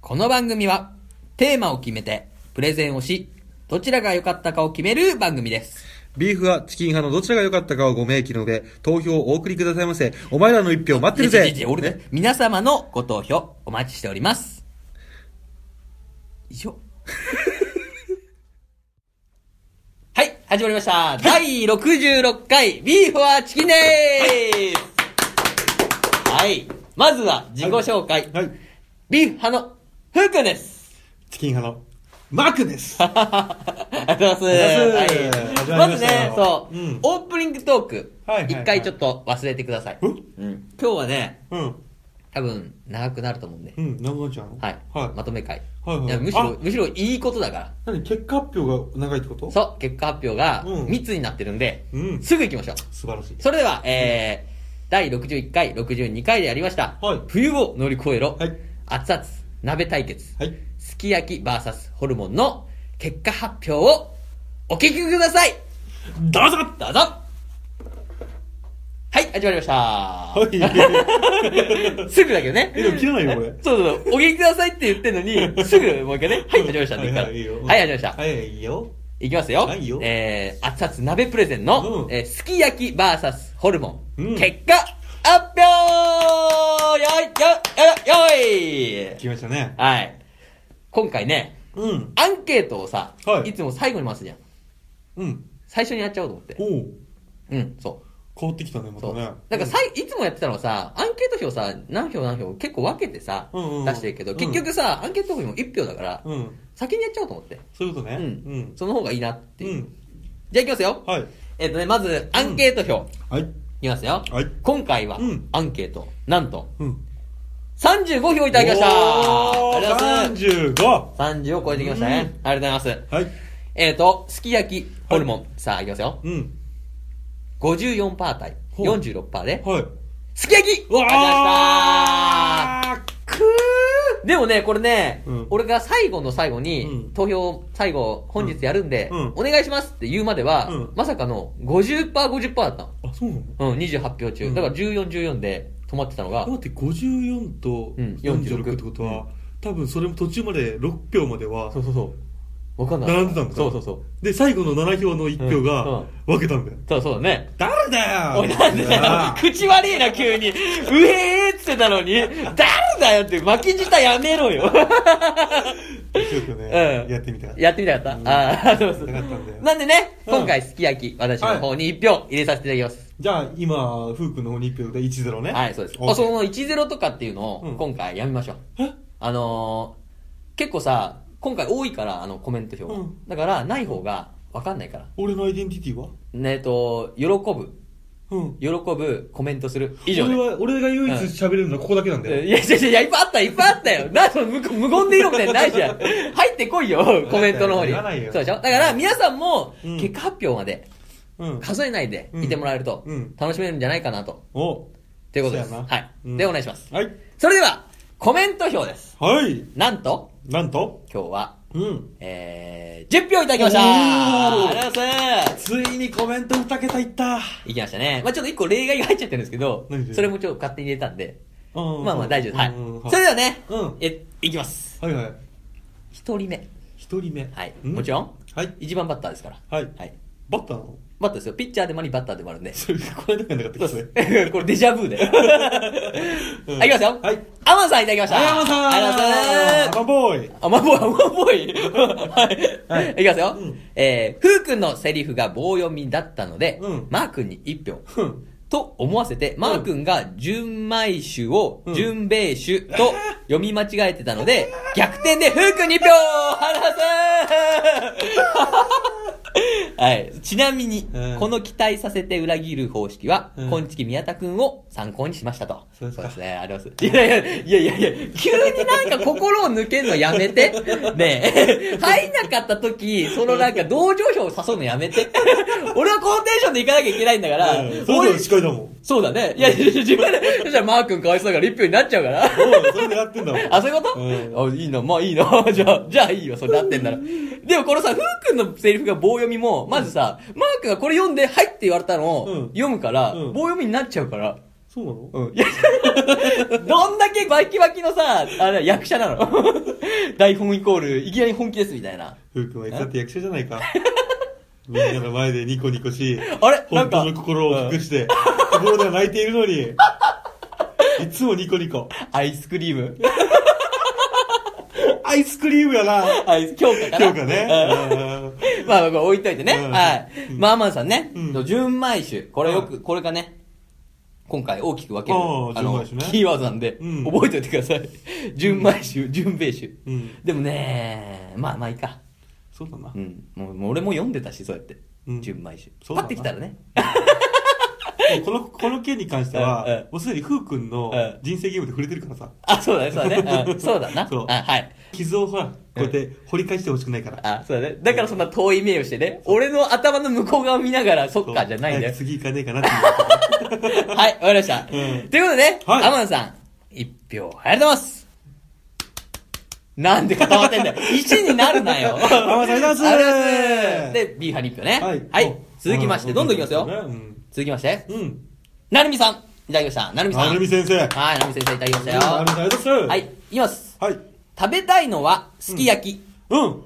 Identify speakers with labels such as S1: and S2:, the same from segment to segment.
S1: この番組は、テーマを決めて、プレゼンをし、どちらが良かったかを決める番組です。
S2: ビーフ派、チキン派のどちらが良かったかをご明記の上、投票をお送りくださいませ。お前らの一票待ってる
S1: いやいやい
S2: ぜ
S1: や俺だ
S2: ね
S1: 皆様のご投票、お待ちしております。以 上。はい、始まりました。第66回、ビーフォアチキンですはい。まずは、自己紹介。
S2: はい。
S1: ビーフ派の、ふうくんです。
S2: チキン派の、マークです
S1: ありがとうございます。はい、
S2: 始ま
S1: ま
S2: りま
S1: ず
S2: したよ
S1: ね、そう、
S2: うん
S1: オープニングトーク、一、
S2: はいはいはい
S1: 回ちょっと忘れてください。
S2: え
S1: うん今日はね、
S2: うん。
S1: 多分長くなると思うんで、
S2: うん、長ちゃん
S1: はい、まとめ会。
S2: はいはい
S1: やむし
S2: あ
S1: ろ、むしろいいことだから。
S2: 何結果発表が長いってこと
S1: そう、結果発表が
S2: うん
S1: 密になってるんで、
S2: うん
S1: すぐ行きましょう。
S2: 素晴らしい。
S1: それでは、えー、第61回、62回でやりました、
S2: はい
S1: 冬を乗り越えろ、
S2: はい
S1: 熱々鍋対決、
S2: はい。
S1: すき焼き VS ホルモンの結果発表をお聞きください
S2: どうぞ
S1: どうぞはい、始まりました。
S2: はい。
S1: すぐだけどね。
S2: え、でも切らないよ、これ。
S1: そうそう、お聞きくださいって言ってんのに、すぐもう一回ね。はい、始まりました。
S2: はい
S1: いいから
S2: はいいいよ
S1: はい、始まりました。
S2: はい、いいよ。
S1: いきますよ。
S2: はいよ
S1: えー、熱々鍋プレゼンの、
S2: うん
S1: えーすき焼き VS ホルモン、
S2: うん
S1: 結果、発表よいよいよいよい
S2: 来ましたね。
S1: はい。今回ね、
S2: うん。
S1: アンケートをさ、
S2: はい
S1: い、つも最後に回すじゃん。
S2: うん。
S1: 最初にやっちゃおうと思って
S2: お。お
S1: うん、そう。
S2: 変わってきたね、また
S1: そう。
S2: ね
S1: なん。かさい、いつもやってたのはさ、アンケート票さ、何票何票結構分けてさ、
S2: うんうんうん
S1: 出してるけど、
S2: うん
S1: 結局さ、アンケート票も1票だから、
S2: うん。うん。
S1: 先にやっちゃおうと思って。
S2: そういうことね。
S1: う
S2: うんん。。
S1: その方がいいなっていう。
S2: うん
S1: じゃあいきますよ。
S2: はい。
S1: えっ、とね、まず、アンケート票、
S2: はい。
S1: いきますよ。
S2: はい
S1: 今回は
S2: うん、
S1: アンケート、なんと、
S2: うん。
S1: 35票いただきました
S2: おー
S1: ありがとうございます。
S2: 35! は
S1: 30を超えてきましたね。ありがとうございます。
S2: い。
S1: えっ、と、すき焼き、ホルモン。さあ、いきますよ。
S2: うん。
S1: 54%対
S2: ほう
S1: 46%で、
S2: はい。
S1: すき焼き
S2: う
S1: あ
S2: わ
S1: りがとうございました
S2: あ
S1: くーでもね、これね、
S2: うん
S1: 俺が最後の最後に、
S2: うん
S1: 投票最後、本日やるんで、
S2: うんうん
S1: お願いしますって言うまでは、
S2: うん
S1: まさかの50%、50%だったの。
S2: あ、そうなの
S1: うん、28票中。
S2: うん
S1: だから14、14で止まってたのが、
S2: 待って、54と
S1: うん
S2: 46ってことは、多分それも途中まで6票までは
S1: そうそうそう。わかんない。
S2: 並んでたんだ。
S1: そうそうそう。
S2: で、最後の7票の1票
S1: うんう
S2: が
S1: ん
S2: 分けたんだよ。
S1: そうそうだね。
S2: 誰だよ
S1: おい、なんでだ よ。口悪いな、急に。うへーっつってたのに、誰だよって、巻き舌やめろよ。
S2: ちょっとね
S1: う、ん
S2: やってみたかった。
S1: やってみたかった、
S2: うん
S1: ああ、そうそう。
S2: やりたかったんだよ
S1: なんでね、
S2: うん
S1: 今回、すき焼き、私の方に1票入れさせていただきます。
S2: じゃあ、今、ふうくんの方に1票で10ね。
S1: はい、そうです。
S2: OK
S1: あその10とかっていうの
S2: う
S1: を
S2: ん
S1: 今回やめましょう。
S2: え
S1: あのー、結構さ、今回多いから、あの、コメント票が、
S2: うん
S1: だから、ない方が分かんないから。
S2: 俺のアイデンティティは
S1: ねえっと、喜ぶ、
S2: うん。
S1: 喜ぶ、コメントする。以上
S2: 俺
S1: で。
S2: は、俺が唯一喋れるのはここだけなんだよ。
S1: いやいやいやいや、いっぱいあった、いっぱいあったよ。な、その無無言でいろみたいなのないじゃん。入ってこい よ、コメントの方に。そ
S2: 言わないよ
S1: うでしょだから、皆さんも、
S2: うん
S1: 結果発表まで
S2: うん。
S1: 数えないでいてもらえると
S2: うんうん、
S1: 楽しめるんじゃないかなと。
S2: お
S1: ということです。
S2: そうや
S1: は
S2: な
S1: い。
S2: うん
S1: で、お願いします。
S2: はい。
S1: それでは、コメント票です。
S2: はい。
S1: なんと、
S2: なんと
S1: 今日は、
S2: うん。
S1: えー、10票いただきました
S2: おー
S1: ありがとうございます
S2: ついにコメント2桁いった。
S1: いきましたね。まあちょっと1個例外が入っちゃってるんですけど
S2: 何、で
S1: それもちょっと勝手に入れたんで、
S2: うん
S1: まあまあ大丈夫です。
S2: うん
S1: はい。それではね、
S2: うん
S1: え、いきます。
S2: はいはい。
S1: 1人目。
S2: 一人目。
S1: はい。もちろん、
S2: はい。
S1: 1番バッターですから。
S2: はい
S1: はい。
S2: バッタ ーなの
S1: バッターですよ。ピッチャーでもあり、バッターでもあるんで。
S2: それ、これだけなかったっけそれ。
S1: これデジャブで。 はい、いきますよ。
S2: はい。
S1: アマンさんいただきました。
S2: はい、山さん
S1: ありがとうございます
S2: ア。マボーイ
S1: あ、まぼい、あまぼい。はい。
S2: はい
S1: いきますよ。
S2: うん
S1: えー、ふうくんのセリフが棒読みだったので、
S2: うん
S1: マーくんに1票。
S2: ふん。
S1: と思わせて、マー君が純米酒を
S2: うん
S1: 純米酒と読み間違えてたので、逆転でフー君2票原さんはい。ちなみに、
S2: うん
S1: この期待させて裏切る方式は、
S2: うん
S1: こんちき宮田君を参考にしましたと。
S2: そうですか
S1: ね。ありがとうございます。いやいや、いやいやいや、急になんか心を抜けるのやめて。ねえ。入んなかった時、そのなんか同情票を誘うのやめて。俺はこのテンションで行かなきゃいけないんだから、
S2: うんそういうの司会だもん。うん
S1: そうだね。いや、いやいや自分で、そしたらマー君かわいそうだから一票になっちゃうから。
S2: それ狙 ってんだもん。
S1: あ、そういうこ
S2: うん
S1: と、あ、いいの、まあいいの。 じゃあ、じゃあいいよ、それなってんなら。でもこのさ、ふうくんのセリフが棒読みも、まずさ、マー君がこれ読んで、はいって言われたのを
S2: うん
S1: 読むから、
S2: うん
S1: 棒読みになっちゃうから。
S2: そうなの
S1: うん。いや、どんだけにバキバキのさ、あれ、役者なの。 台本イコール、いきなり本気ですみたいな。
S2: ふうくんはいつだって役者じゃないか。みんなの前でニコニコし、
S1: あれ なんか
S2: 本当の心を隠して、心では泣いているのに、いつもニコニコ。
S1: アイスクリーム。
S2: アイスクリームやな。
S1: アイス、強化かな
S2: 今日かね。
S1: うん まあ、まあ置いといてね。
S2: うん
S1: はい。
S2: うん
S1: まあまあさんね
S2: うん、
S1: 純米酒。これよ
S2: う
S1: く、これがね、今回大きく分ける、
S2: ああ純米酒ね
S1: キーワードなんで、
S2: うん
S1: 覚えておいてください。純米酒、純米酒。
S2: うんうん。
S1: でもね、まあまあいいか。
S2: そうだな
S1: う。ん。もうもう俺も読んでたし、そうやって。
S2: うん
S1: 純米酒。
S2: そう
S1: パ
S2: だな
S1: ってきたらね。
S2: この、この件に関して
S1: うんうん
S2: は、もうすでにふうくんの
S1: うん
S2: 人生ゲームで触れてるからさ。
S1: あ、そうだね、そうだ ね。うんそうだな。
S2: そう
S1: あはい。
S2: 傷をほら、こうやって掘り返してほしくないから。
S1: あ、そうだね。だからそんな遠い目をしてね。俺の頭の向こう側を見ながら、そっか、じゃないんだ
S2: 早
S1: よ
S2: く。次行かねえかなっていう。
S1: はい、わかりました。という
S2: うん
S1: ことでね、
S2: はい
S1: アマンさん、一票、ありがとうございます。なんで固まってんだよ。1になるなよ。
S2: アマンさんありがとうございます
S1: で、B 派に一票ね。はい。続きまして、どんどんいきますよ。
S2: うん。
S1: 続きまして、
S2: うん。
S1: なるみさん、いただきました。なるみさん。
S2: なるみ先生。なる
S1: はい、なるみ先生いただきまし
S2: み
S1: た
S2: さんあ
S1: よ
S2: り。がとうございます。
S1: はい、い。きます。
S2: はい。
S1: 食べたいのは、すき焼き。
S2: うん。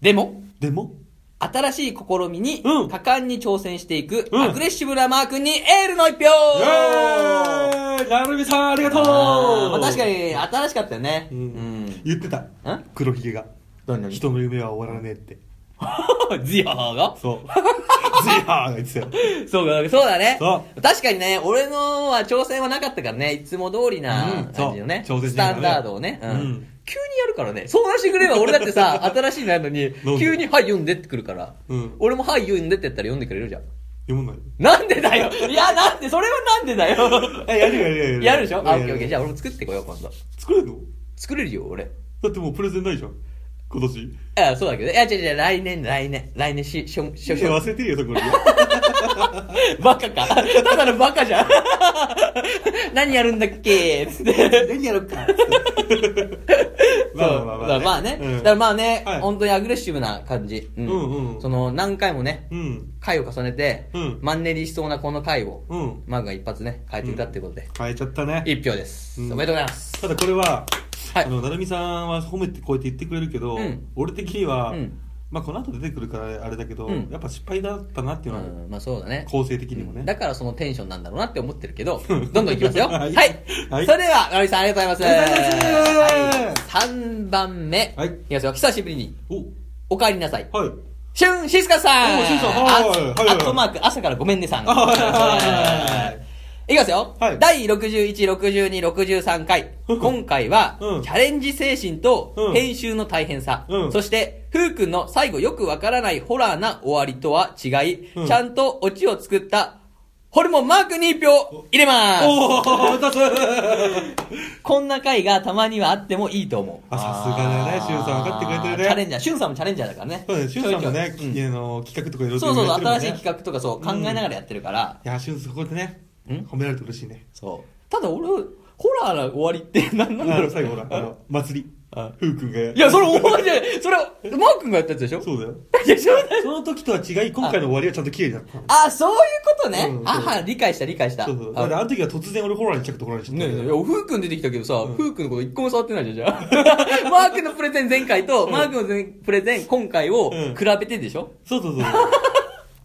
S1: でも、
S2: でも、
S1: 新しい試みに、
S2: うん
S1: 果敢に挑戦していく、
S2: うん
S1: アグレッシブなマー君にエールの一票
S2: イェーイなるみさんありがとう
S1: あーまあ確かに新しかったよね。う
S2: うん
S1: ん。
S2: 言ってた
S1: ん
S2: 黒ひげが
S1: 何何
S2: 人の夢は終わらねえって
S1: ジハーが
S2: そう ジーハーが言ってたよ
S1: そうか、そうだね。
S2: そ
S1: 確かにね、俺のは挑戦はなかったからね、いつも通り
S2: う
S1: なん感じのね、
S2: そう挑戦
S1: ス
S2: しない
S1: タ
S2: からね
S1: ンダードをね、うん
S2: うん
S1: 急にやるからね、相談してくれれば俺だって さ、新しいのやるのに
S2: んで、
S1: 急にはい読んでってくるから、
S2: うん
S1: 俺もはい読んでってやったら読んでくれるじゃん。
S2: 読まない
S1: なんで だよいや、なんで、それはなんでだよ
S2: えやるよやるよやるよ
S1: やるでしょあ、オッケーオッケー。じ
S2: ゃ
S1: ゃあ俺も作ってこよう、今度。
S2: 作れるの
S1: 作れるよ、俺。
S2: だってもうプレゼンないじゃん今年
S1: あそうだけど、いや、違う違う、来年、来年、来年し、しょ、しょ、
S2: い
S1: し
S2: や
S1: ょ、
S2: 忘れてるよそこ に
S1: バカか。ただのバカじゃん。 何やるんだっけつって。
S2: 何やろっか
S1: そう
S2: まあまあまあ
S1: まあね。
S2: うん
S1: だからまあね
S2: は、い
S1: 本当にアグレッシブな感じ。う
S2: うんうん
S1: その、何回もね、
S2: うん
S1: 回を重ねて
S2: うん、
S1: マンネリしそうなこの回を、
S2: うん
S1: マークが一発ね、変えていたっていうことで、
S2: 変えちゃったね
S1: 一票です。お
S2: うん
S1: めでとうございます。
S2: ただこれは、
S1: はい
S2: あの成美さんは褒めてこうやって言ってくれるけど、
S1: うん
S2: 俺的には、
S1: うん
S2: まあこの後出てくるからあれだけど、
S1: うん
S2: やっぱ失敗だったなっていう
S1: う
S2: のは、
S1: ん、まあそうだね。
S2: 構成的にもね、
S1: だからそのテンションなんだろうなって思ってるけど、どんどんいきますよ。は
S2: はいい。
S1: それでは、のりさんありがとうございます。
S2: ありがとうございます
S1: はい、3番目。
S2: はい
S1: いきますよ。久しぶりに、
S2: お
S1: お帰りなさい。
S2: はい
S1: しゅん、しずかさん
S2: おしずかさんはい
S1: あ
S2: はいはい
S1: アットマーク、朝からごめんねさん。
S2: あはいはいはいはい
S1: いきますよ。
S2: はい
S1: 第61、62、63回。今回は、
S2: うん
S1: チャレンジ精神
S2: う
S1: と
S2: ん
S1: 編集の大変さ。
S2: うん
S1: そして、ふうくんの最後よくわからないホラーな終わりとは違い、
S2: うん
S1: ちゃんとオチを作った、ホルモンマークに1票入れます
S2: おお出す
S1: こんな回がたまにはあってもいいと思う。
S2: あさすがだねしゅんさん分かってくれてるね
S1: チャレンジャー。しゅんさんもチャレンジャーだからね。
S2: そうだねしゅんさんもね、
S1: うん
S2: あの企画とかいろいろ
S1: そうそうそう、
S2: やっ
S1: 新してい
S2: るも
S1: 企
S2: んね
S1: 画とかそう、考えながらやってるから、
S2: いやしゅんそこでね
S1: うん
S2: 褒められて嬉しいね
S1: そう。ただ俺、ホラーの終わりって 何な
S2: あ
S1: んだろ
S2: の
S1: う
S2: 最後ほらあの祭り
S1: あ
S2: ふうくんが
S1: いや、それ終わりじゃない。それ、マー君がやったやつでしょ
S2: そうだよ
S1: いや、しょうがない
S2: その時とは違い今回の終わりはちゃんと綺麗だった
S1: あ、そういうことね。
S2: うん
S1: あは、理解した、理解した。
S2: そうそうだ
S1: あ
S2: からあの時は突然俺ホラーに着とホラーにしちゃった
S1: ねえ、
S2: んだ
S1: ね
S2: よ
S1: えいや、ふうくん出てきたけどさ、ふうくんのこと一個も触ってないじゃん、じゃあ。 マー君のプレゼン前回と、マー君の前プレゼン今回を
S2: うん
S1: 比べてでしょ
S2: そうそうそう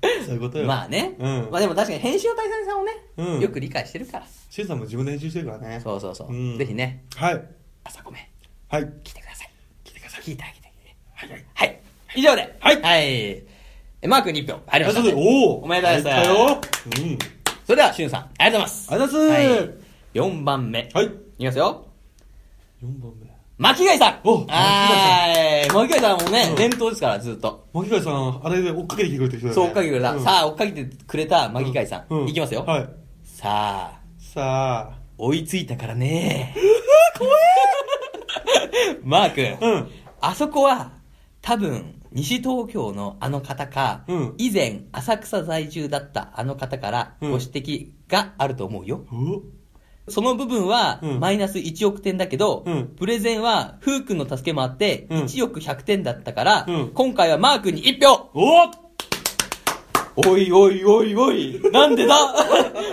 S2: そういうことよ
S1: まあね。
S2: うん
S1: まあでも確かに編集の大切さを
S2: う
S1: ね、
S2: ん
S1: よく理解してるから。
S2: しゅんさんも自分で編集してるからね
S1: そうそうそうう。
S2: ん
S1: ぜひね、
S2: はい
S1: 朝ごめん、
S2: はい
S1: 来てください。
S2: 聞いてください
S1: 聞いてあげてあげて。
S2: はいはい
S1: はい。以上で。
S2: はい
S1: はい。えマー君に1票。ありがとうございました。
S2: おお
S1: おめでとうござい
S2: 入っ
S1: ま
S2: たようん
S1: す。それでは、しゅんさん、ありがとうございます。
S2: ありがとうございます
S1: はい。4番目。。
S2: はいい
S1: きますよ。
S2: 4番目
S1: 巻貝さん
S2: お
S1: はーい。巻貝さんもね
S2: う、ん
S1: 伝統ですから、ずっと。
S2: 巻貝さんあれで追っかけてきてくれた人だよね
S1: そう、追っかけてくれた。
S2: うん
S1: さあ、追っかけてくれた巻貝さ。
S2: うん
S1: いきますよ。
S2: はい
S1: さあ、
S2: さ
S1: 追いついたからね。怖え マー
S2: あう
S1: 君、
S2: ん
S1: あそこは、多分、西東京のあの方か、
S2: うん
S1: 以前、浅草在住だったあの方からご
S2: うん
S1: 指摘があると思うよ。
S2: お
S1: その部分は、
S2: うん
S1: マイナス1億点だけど、
S2: うん
S1: プレゼンは、ふうくんの助けもあって、
S2: うん
S1: 1億100点だったから、
S2: うん
S1: 今回はマー君に1票
S2: お
S1: おいおいおいお い、なんでだ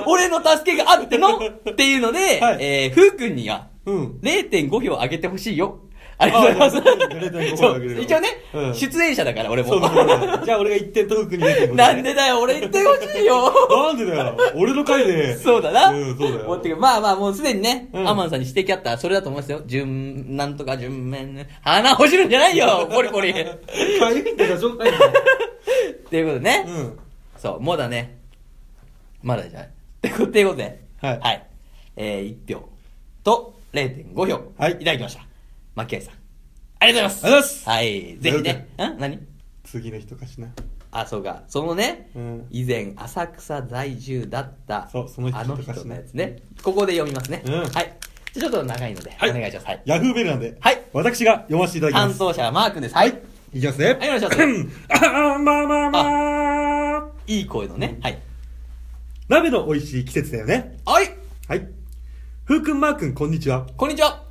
S1: 俺の助けがあってのっていうので、
S2: はい
S1: えー、ふうくんには、
S2: うん。
S1: 0.5票上げてほしいよ。ありがとうござい
S2: あ
S1: ま
S2: ありがとうござい
S1: す。
S2: ます
S1: そ
S2: 0.5票上げる
S1: う
S2: よ
S1: 一応ね、
S2: うん
S1: 出演者だから俺も
S2: そう。だね。じゃあ俺が一点トークに出てくる
S1: なんでだよ、俺言ってほしい よ。
S2: なんでだよ俺の回で。
S1: そうだな。
S2: うん、そうだ
S1: 思って
S2: よ。
S1: るまあまあ、もうすでにね、
S2: うん
S1: アマンさんに指摘あったらそれだと思いますよ。順、なんとか順面ね。鼻ほじるんじゃない よ、ポリポリ。っ
S2: かゆいってかしょうがない
S1: ていうことね。
S2: のうん。
S1: そう、まだね。まだじゃない。ってことで、
S2: はい
S1: はい。えー、1票と0.5票。
S2: はい
S1: いただきました。巻合さん。ありがとうございます。
S2: ありがとうございます
S1: はい。ぜひね。ん何
S2: 次の人かしな。
S1: あ、そうか。そのね、
S2: うん
S1: 以前、浅草在住だった、
S2: そうその人
S1: あの
S2: とかし
S1: 人
S2: ね
S1: のやつね。ここで読みますね。
S2: うん
S1: はい。じゃあちょっと長いので、お願いします。はい。
S2: ヤフーメールなんで。
S1: はい。
S2: 私が読ませていただきま
S1: 担
S2: す。
S1: 当者はマー君です。はい。
S2: いきますね。。
S1: はいお願いします
S2: ああ、まあまあまあ。
S1: いい声のね。はい。
S2: 鍋の美味しい季節だよね。
S1: はい。
S2: はい。ふうくんまーくん、こんにちは。
S1: こんにちは。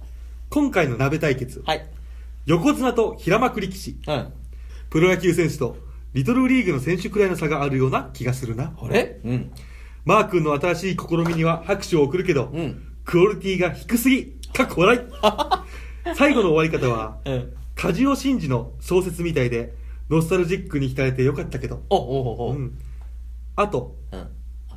S2: 今回の鍋対決。
S1: はい。
S2: 横綱と平幕力士。
S1: うん。
S2: プロ野球選手と、リトルリーグの選手くらいの差があるような気がするな。
S1: あれうん。
S2: マー君の新しい試みには拍手を送るけど、
S1: うん
S2: クオリティが低すぎかっこ 笑い最後の終わり方は、
S1: うん。
S2: 梶尾真二の小説みたいで、ノスタルジックに浸れてよかったけど、
S1: お、お、お、お。
S2: う
S1: うん。
S2: ん。あと、
S1: あ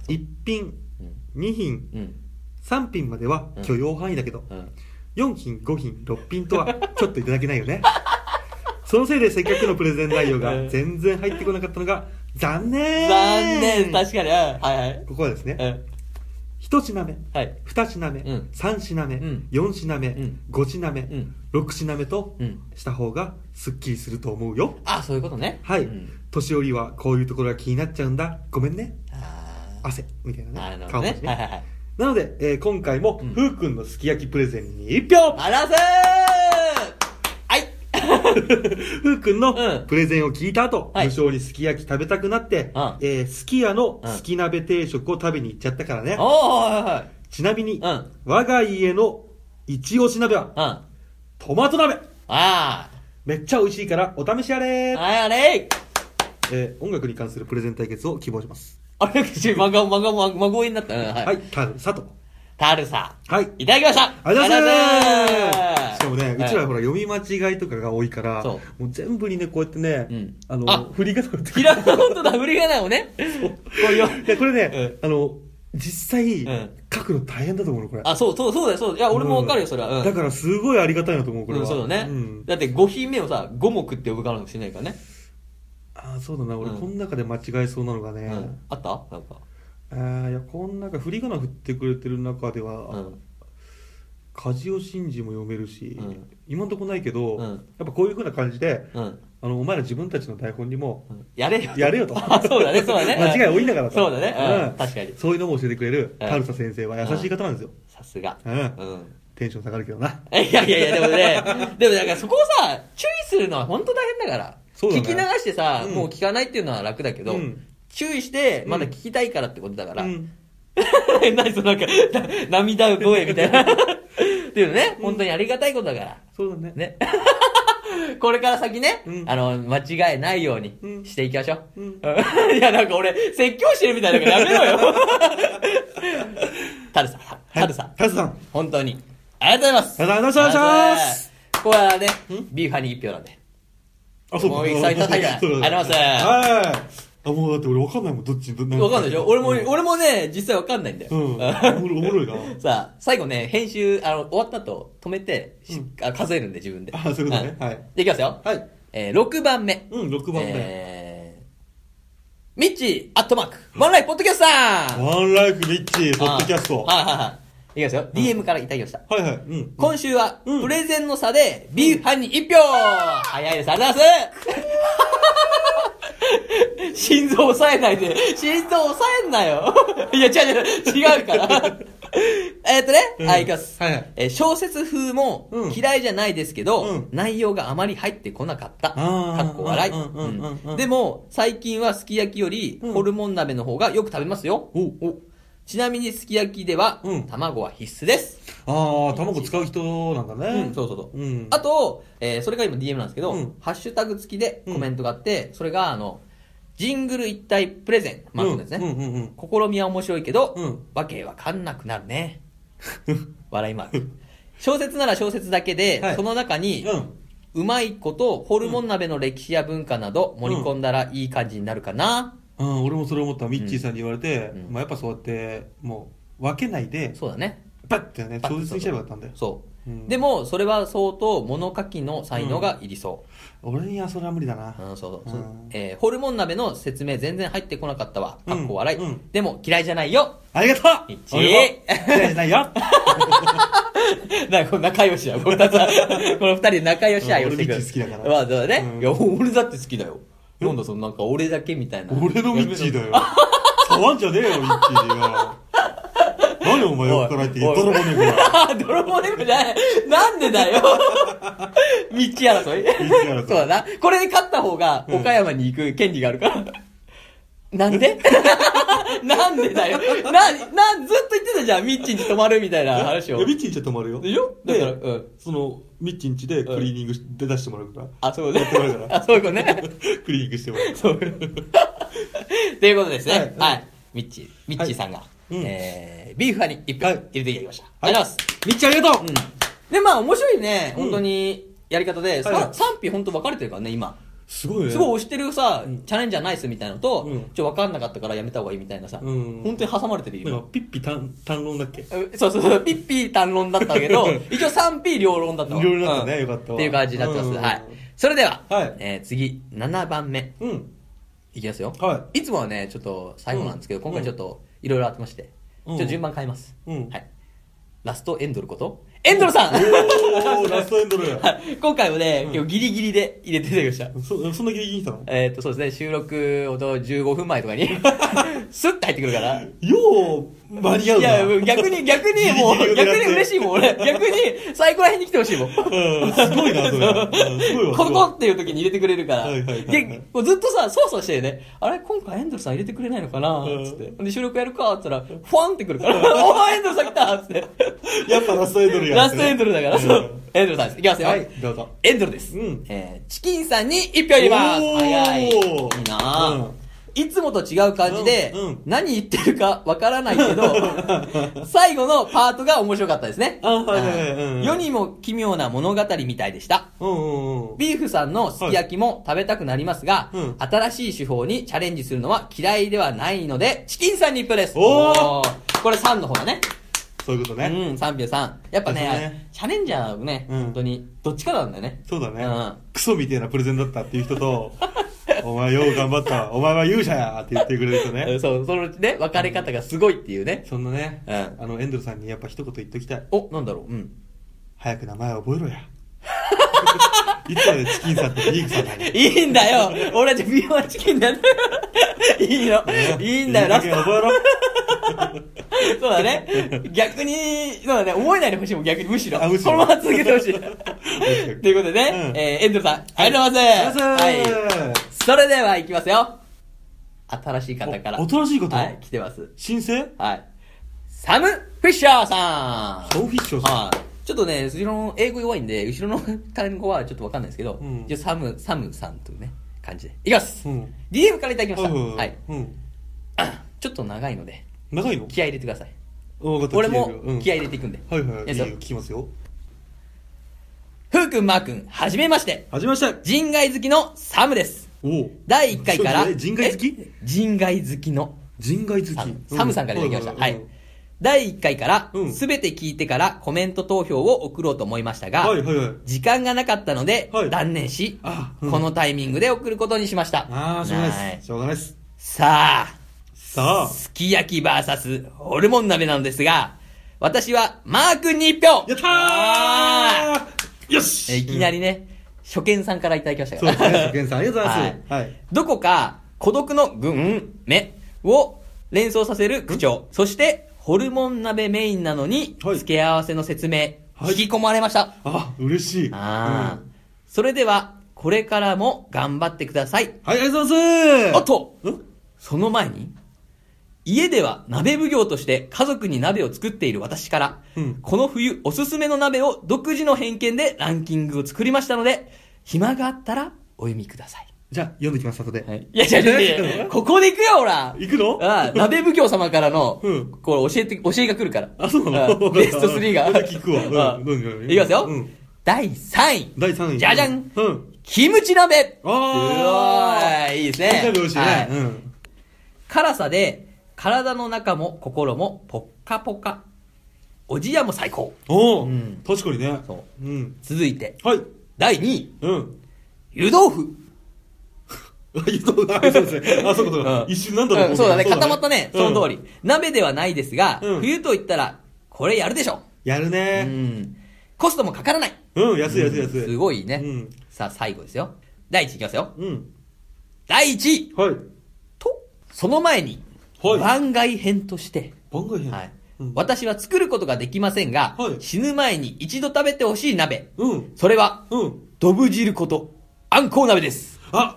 S1: そう
S2: 1品、
S1: うん
S2: 2品、
S1: うん。
S2: 3品までは許容範囲だけど、
S1: うん。
S2: 4品、5品、6品とはちょっといただけないよね。 そのせいでせっかくのプレゼン内容が全然入ってこなかったのが、残念
S1: 残念、確かに。うんはいはい。
S2: ここはですね、
S1: うん。
S2: 一品目。
S1: はい。
S2: 2品目、
S1: うん
S2: 3品目、
S1: うん
S2: 4品目、
S1: うん
S2: 5品目、
S1: ん
S2: 6品目と
S1: うん
S2: した方がすっきりすると思うよ
S1: あ、そういうことね。
S2: はい、
S1: うん
S2: 年寄りはこういうところが気になっちゃうんだごめんね
S1: あ
S2: 汗みたい
S1: ーな
S2: な
S1: る
S2: ね
S1: ほど
S2: 文
S1: ね
S2: 字。
S1: はいはいはい。
S2: なので、えー今回も、
S1: うん
S2: ふうくんのすき焼きプレゼンに1票
S1: あらせーはい
S2: ふうくん
S1: う
S2: の
S1: ん
S2: プレゼンを聞いた後、
S1: はい
S2: 無性にすき焼き食べたくなって、
S1: うん
S2: えーすき家の
S1: うん
S2: すき鍋定食を食べに行っちゃったからね、
S1: おー、はいはいはい。
S2: ちなみに、
S1: うん
S2: 我が家の一押し鍋は
S1: うん。あ
S2: トマト鍋
S1: あ
S2: めっちゃ美味しいからお試しあれ
S1: ー。はい、あれ
S2: えー音楽に関するプレゼン対決を希望します。
S1: あれ私、まが、まが、ま、まごいになった。うん、
S2: はい、
S1: はい。
S2: タル佐藤。
S1: タルさ
S2: はい。
S1: ん。いただきました
S2: ありがとうございま
S1: あ
S2: すしかもね、うちら
S1: は
S2: ほら読み間違いとかが多いから、
S1: そ
S2: もう全部にね、こうやってね、
S1: うん
S2: あ
S1: あ
S2: の、振りが振って
S1: いひらがな本当だ、振りがないをね。こうよ。
S2: いやこれね、あの、実際、
S1: うん
S2: 書くの大変だと思うの、これ。
S1: あ、そう、そう、そうだよ、そうだよ。いや、俺もわかるよ、それは。うん。
S2: だからすごいありがたいなと思う、これ
S1: う
S2: は。
S1: ん、そうだね、
S2: ん
S1: だって5品目をさ五目って呼ぶからかもしれないからね、
S2: あーそうだな、俺、
S1: うん
S2: この中で間違えそうなのがね、
S1: うん、あったなんか、
S2: あーいや、この中、振り仮名振ってくれてる中では、
S1: うん、
S2: 梶尾真二も読めるし、
S1: うん
S2: 今んとこないけど、
S1: うん
S2: やっぱこういうふうな感じで、
S1: うん、
S2: あのお前ら自分たちの台本にも
S1: うん、やれよ
S2: やれよと
S1: あ そうだねそうだね
S2: 間違い多いんだから
S1: うんそうだね、うん確かに
S2: そういうのも教えてくれる
S1: うん
S2: タルサ先生は優しい方なんですよ、
S1: さすが
S2: うん
S1: うん
S2: テンション下がるけどない
S1: やいやいや、でも ね、でもだからそこをさ、注意するのは本当大変だから。
S2: そうだね
S1: 聞き流してさ、
S2: うん
S1: もう聞かないっていうのは楽だけど、
S2: うん
S1: 注意して、
S2: うん
S1: まだ聞きたいからってことだから。
S2: うん
S1: 何そのなんか、な涙声みた いな。っていうのね、本当にありがたいことだから。
S2: そうだね
S1: ね。これから先ね、
S2: うん
S1: あの、間違えないように
S2: うん
S1: していきましょう。
S2: うん
S1: いや、なんか俺、説教してるみたいだからやめろよ。 タルさん、タルさん、
S2: タルサさんあ
S1: 本当に。ありがとうございます。
S2: ありがとうございます
S1: ここはね、ビーファに一票なんで。もう一切叩いてない
S2: そうだ
S1: ありがとうござい
S2: はいあもうだって俺わかんないもんどっちど
S1: わかんないでしょ俺も、
S2: うん
S1: 俺もね、実際わかんないんだよ。
S2: うんおもろいおもろいな
S1: さあ、最後ね、編集、あの、終わった後、止めて、し
S2: うん
S1: あ数えるんで、自分で。
S2: あそういうことね
S1: ん
S2: はい
S1: で、いきますよ。
S2: はい
S1: えー、6番目。
S2: うん6番目、
S1: えー、ミッチー、アットマーク、ワンライフポッドキャストさん
S2: ワンライフリッチポッドキャスト
S1: はいはいはい。いきますよ。DM からいただきました。
S2: はいはいうん
S1: 今週は、
S2: うん
S1: プレゼンの差で、ビーファンに一票、早いです。ありがとうございます心臓抑えないで、心臓抑えんなよ。いや、違う違う、違うから。えっとね、
S2: うん
S1: はい、いきます。
S2: はいはい
S1: えー小説風も
S2: うん
S1: 嫌いじゃないですけど、
S2: うん
S1: 内容があまり入ってこなかった。
S2: あー
S1: かっこ笑い。
S2: うんうんうんうん
S1: うんでも、最近はすき焼きより、
S2: うん
S1: ホルモン鍋の方がよく食べますよ。
S2: おお
S1: ちなみにすき焼きでは、
S2: うん
S1: 卵は必須です。
S2: ああ卵使う人なんだね、
S1: うん、そうそうそう。
S2: うん
S1: あと、えーそれが今 DM なんですけど、
S2: うん
S1: ハッシュタグ付きでコメントがあって、それが、あの、ジングル一体プレゼン、マークですね、
S2: うんうんうん
S1: 試みは面白いけど、
S2: うん
S1: わけわかんなくなるね。笑いマーク。小説なら小説だけで、
S2: はい
S1: その中に、
S2: うん。
S1: うまいこと、ホルモン鍋の歴史や文化など盛り込んだらいい感じになるかな。
S2: うん、俺もそれ思った。ミッチーさんに言われて、
S1: うん
S2: まあやっぱそうやって、もう、分けないで、
S1: そうだね。
S2: パッてね、
S1: パッて
S2: 超絶にしちゃえばよかったんだよ。
S1: そう。
S2: うん
S1: でも、それは相当物書きの才能がいりそう。
S2: 俺にはそれは無理だな。
S1: うん、そうそう、
S2: うん
S1: えーホルモン鍋の説明全然入ってこなかったわ。かっこ笑い、
S2: うんうん
S1: でも嫌いじゃないよ。
S2: ありがとう
S1: ミッチー
S2: 俺も嫌いじゃないよ
S1: なんかこう仲良しや、この二 つはこの二人で仲良し愛をしてく
S2: うん俺ミッチー好きだから
S1: まあ、そうだね、
S2: うん
S1: いや、俺だって好きだよ。なんだ、そのなんか 俺だけみたいな。
S2: 俺のミッチーだよ。触んじゃねえよ、ミッチーよ。何お前よくからって言ったのもねえから。
S1: あ 泥棒ネームじゃない。なんでだよ。 道争い
S2: 争い
S1: そうだな。これで勝った方が、岡山に行く権利がある から。なんで なんでだよ。な、なん、ずっと言ってたじゃん。ミッチに泊まるみたいな話を。
S2: いやミッチーんちは泊まるよ。
S1: でしょだから、う
S2: で
S1: ん。
S2: その、ミッチーんちでクリーニングしで出してもらうから。
S1: あ、そうね
S2: やってもらうか。ら
S1: あ、そういうことね。
S2: クリーニングしてもらう。
S1: そう。ということですね。
S2: はい
S1: はい。ミッチー、ミッチーさんが、
S2: うん
S1: えー、ビーフ派に一票
S2: はい
S1: 入れていただきました。ありがとうございます。
S2: ミッチーありがとう
S1: うん。で、まあ、面白いね、
S2: うん
S1: 本当に、やり方で、さ
S2: はいはい
S1: 賛否本当分かれてるからね、今。
S2: すごいね。
S1: すごい押してるさ、チャレンジャーナイスみたいなのと、
S2: うん
S1: ちょ、分かんなかったからやめた方がいいみたいなさ、
S2: うん
S1: 本当に挟まれてるよ、
S2: なん
S1: 今
S2: かピッピ単単論だっけ
S1: うそうそうそう、ピッピー単論だったけど、一応賛否両論だったわ
S2: 両論だったね
S1: うん
S2: よかったわ
S1: っていう感じになってます。
S2: うん
S1: はい。それでは、
S2: はい
S1: えー次、7番目。
S2: うん。
S1: いきますよ。。
S2: はい
S1: つもはね、ちょっと最後なんですけど、
S2: うん
S1: 今回ちょっといろいろあってまして、
S2: うん
S1: ちょっと順番変えます。
S2: うん
S1: はい。ラストエンドルこと、エンドルさん
S2: おー、ラストエンドル。
S1: はい 今回もね、今日ギリギリで入れていただきました。
S2: そ、そんなギリギリにしたの
S1: えっ、と、そうですね、収録ほど15分前とかに、 スッと入ってくるから。
S2: よう、間に合う
S1: い
S2: な。
S1: や、もう逆に、逆に、もう、
S2: ギリギリを狙って
S1: 逆に嬉しいもん、俺。逆に、最高ら辺に来てほしいもん。こ
S2: うん、すごいな、それ。うんすごいわ。すごい
S1: こ
S2: わ
S1: っていう時に入れてくれるから。
S2: はいはいはいはい
S1: でもうずっとさ、そうそうしてるね。あれ今回エンドルさん入れてくれないのかな
S2: うん
S1: つって。で、収録やるかっつったら、ファンってくる から。お前エンドルさん来たっつって。
S2: やっぱラストエンドルや
S1: ラストエンドルだから、そう。エンドルさんです。いきますよ。
S2: はい、どうぞ。
S1: エンドルです。
S2: うん
S1: えーチキンさんに一票入れます。
S2: おー
S1: 早い。いいなあ
S2: うん
S1: いつもと違う感じで、
S2: うんうん
S1: 何言ってるかわからないけ ど、最後のパートが面白かったですね。
S2: あはいはいはいうんうん
S1: 世にも奇妙な物語みたいでした。
S2: うんうんうん。
S1: ビーフさんのすき焼きも食べたくなりますが、
S2: うん
S1: 新しい手法にチャレンジするのは嫌いではないので、チキンさんに一票です。
S2: おー
S1: ーこれ3の方だね。
S2: そういうことね。
S1: うん、3票3。やっぱね、
S2: そうね
S1: チャレンジャーね、
S2: うん
S1: 本当に、どっちかなんだよね。
S2: そうだね
S1: うん。
S2: クソみたいなプレゼンだったっていう人と、 お前よう頑張った、お前は勇者やって言ってくれる人
S1: う
S2: ね
S1: ん。そう、そのね、別れ方がすごいっていうね。
S2: そんなね、
S1: うん
S2: あの、エンドルさんにやっぱ一言言っときたい。
S1: お、なんだろう、うん。
S2: 早く名前覚えろや。 いつまでチキンさんとビーフさんだよ。
S1: いいんだよ 俺たちビーマチキンだよ いいのいいんだよ、ラス
S2: いい加減覚えろ。
S1: ト。 そうだね。逆に、そうだね、思えないでほしいもん、逆に、むしろ。
S2: あむしろ
S1: このまま続けてほ しい。ということでね、
S2: うん
S1: えー、エンドルさん、ありがとうございます。
S2: ありがとうござい
S1: は
S2: ま
S1: い
S2: す。
S1: それでは、いきますよ。新しい方から。
S2: お新しい方
S1: はい、来てます。
S2: 申請
S1: はい。サム・フィッシャーさん
S2: サムフィッシャーさん
S1: はい。ちょっとね、後ろの、英語弱いんで、後ろの単語はちょっとわかんないですけど、
S2: うん
S1: じゃあサム、サムさんというね、感じで。いきます、
S2: うん
S1: !DM からいただきました。
S2: うん
S1: はい。
S2: うん。
S1: ちょっと長いので、
S2: 長いの
S1: 気合い入れてください。
S2: 分かった
S1: 俺
S2: う
S1: も
S2: ん
S1: 気合い入れていくんで。
S2: はいはいはい。
S1: い
S2: い
S1: い
S2: い
S1: で
S2: よ
S1: すよ
S2: 聞きますよ。
S1: ふうくん、まーくん、はじめまして。
S2: はじめまして。
S1: 人外好きのサムです。
S2: おお。
S1: 第1回から、
S2: そうですね人外好き
S1: え人外好きの
S2: 人外好
S1: サ
S2: き
S1: ム。サムさんからいただきました。は
S2: う
S1: い
S2: ん。
S1: 第1回から
S2: う、ん
S1: すべて聞いてからコメント投票を送ろうと思いましたが、
S2: はいはいはい。
S1: 時間がなかったので
S2: はい、
S1: 断念し、
S2: あうん
S1: このタイミングで送ることにしました。
S2: ああ、しょうが
S1: は
S2: ないです。しょうがないです。
S1: さあ、
S2: さあ。
S1: すき焼き VS ホルモン鍋なのですが、私はマー君に一票
S2: やった
S1: あ
S2: ーよ
S1: ーえ
S2: し
S1: いきなりね、初見さんからいただきました
S2: うん
S1: か
S2: そう
S1: ら
S2: ですね、初見さん、ありがとうございます。
S1: は
S2: はいい。
S1: どこか孤独の群目を連想させる口調。そして、ホルモン鍋メインなのに、
S2: はい
S1: 付け合わせの説明、
S2: はい
S1: 引き込まれました。
S2: あ、嬉しい。
S1: ああ、
S2: うん
S1: それでは、これからも頑張ってください。
S2: はい、ありがとうございます
S1: おっと
S2: ん
S1: その前に、家では鍋奉行として家族に鍋を作っている私から、
S2: うん
S1: この冬おすすめの鍋を独自の偏見でランキングを作りましたので、暇があったらお読みください。
S2: じゃあ、読んできます、後で。
S1: いや、じゃあ、ここで行くよ、ほら。
S2: 行くの
S1: ああ、鍋奉行様からの、
S2: うん
S1: こう、教えて、教えが来るから。
S2: あ、そうな
S1: ああ
S2: の
S1: ベスト3が。
S2: 聞くわ。
S1: ああ
S2: うん、どんどん
S1: いきますよ。
S2: うん
S1: 第3位。
S2: 第3位。
S1: じゃじゃん
S2: うん。
S1: キムチ鍋。う
S2: あ
S1: わーいいです
S2: みんな
S1: ね。
S2: で美味しい
S1: は
S2: ね
S1: い。
S2: うん。
S1: 辛さで、体の中も心もポッカポカ。おじやも最高。
S2: お
S1: う
S2: ー
S1: ん
S2: 確かにね。。
S1: そう
S2: うん。
S1: 続いて、
S2: はい。
S1: 第2位。
S2: うん。
S1: 湯豆腐。
S2: あ、そうだ、そう ですね。あ、そうかそうか
S1: う。ん
S2: 一瞬なんだろ
S1: う
S2: うん
S1: そうだね。固まったね。その通。
S2: う
S1: り
S2: ん。
S1: 鍋ではないですが、
S2: うん
S1: 冬と言ったら、これやるでしょ。
S2: やる
S1: う
S2: ね。
S1: ん。コストもかからない。
S2: うん、安い安い安い。
S1: すごいね。
S2: うん
S1: さあ、最後ですよ。第1位いきますよ。
S2: うん。
S1: 第1位
S2: はい。
S1: と、その前に、
S2: はい
S1: 番外編として、
S2: 番外編。
S1: はい
S2: うん。
S1: 私は作ることができませんが、
S2: はい
S1: 死ぬ前に一度食べてほしい鍋。
S2: うん。
S1: それは、
S2: うん。
S1: ドブ汁こと、あんこう鍋です。
S2: あ、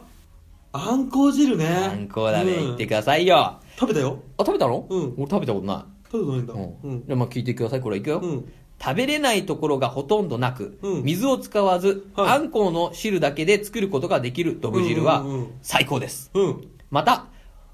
S2: あんこう汁ね。
S1: あんこう鍋
S2: うん
S1: 言ってくださいよ。
S2: 食べたよ。
S1: あ、食べたの
S2: うん
S1: 俺食べたことな
S2: 食べたことないんだ。
S1: い。う。
S2: うんん。
S1: じゃあまあ聞いてください。これいくよ。
S2: うん。
S1: 食べれないところがほとんどなく、
S2: うん
S1: 水を使わず、
S2: はい
S1: あんこうの汁だけで作ることができるドブ汁は
S2: うんうんうん、
S1: 最高です。
S2: うん。
S1: また、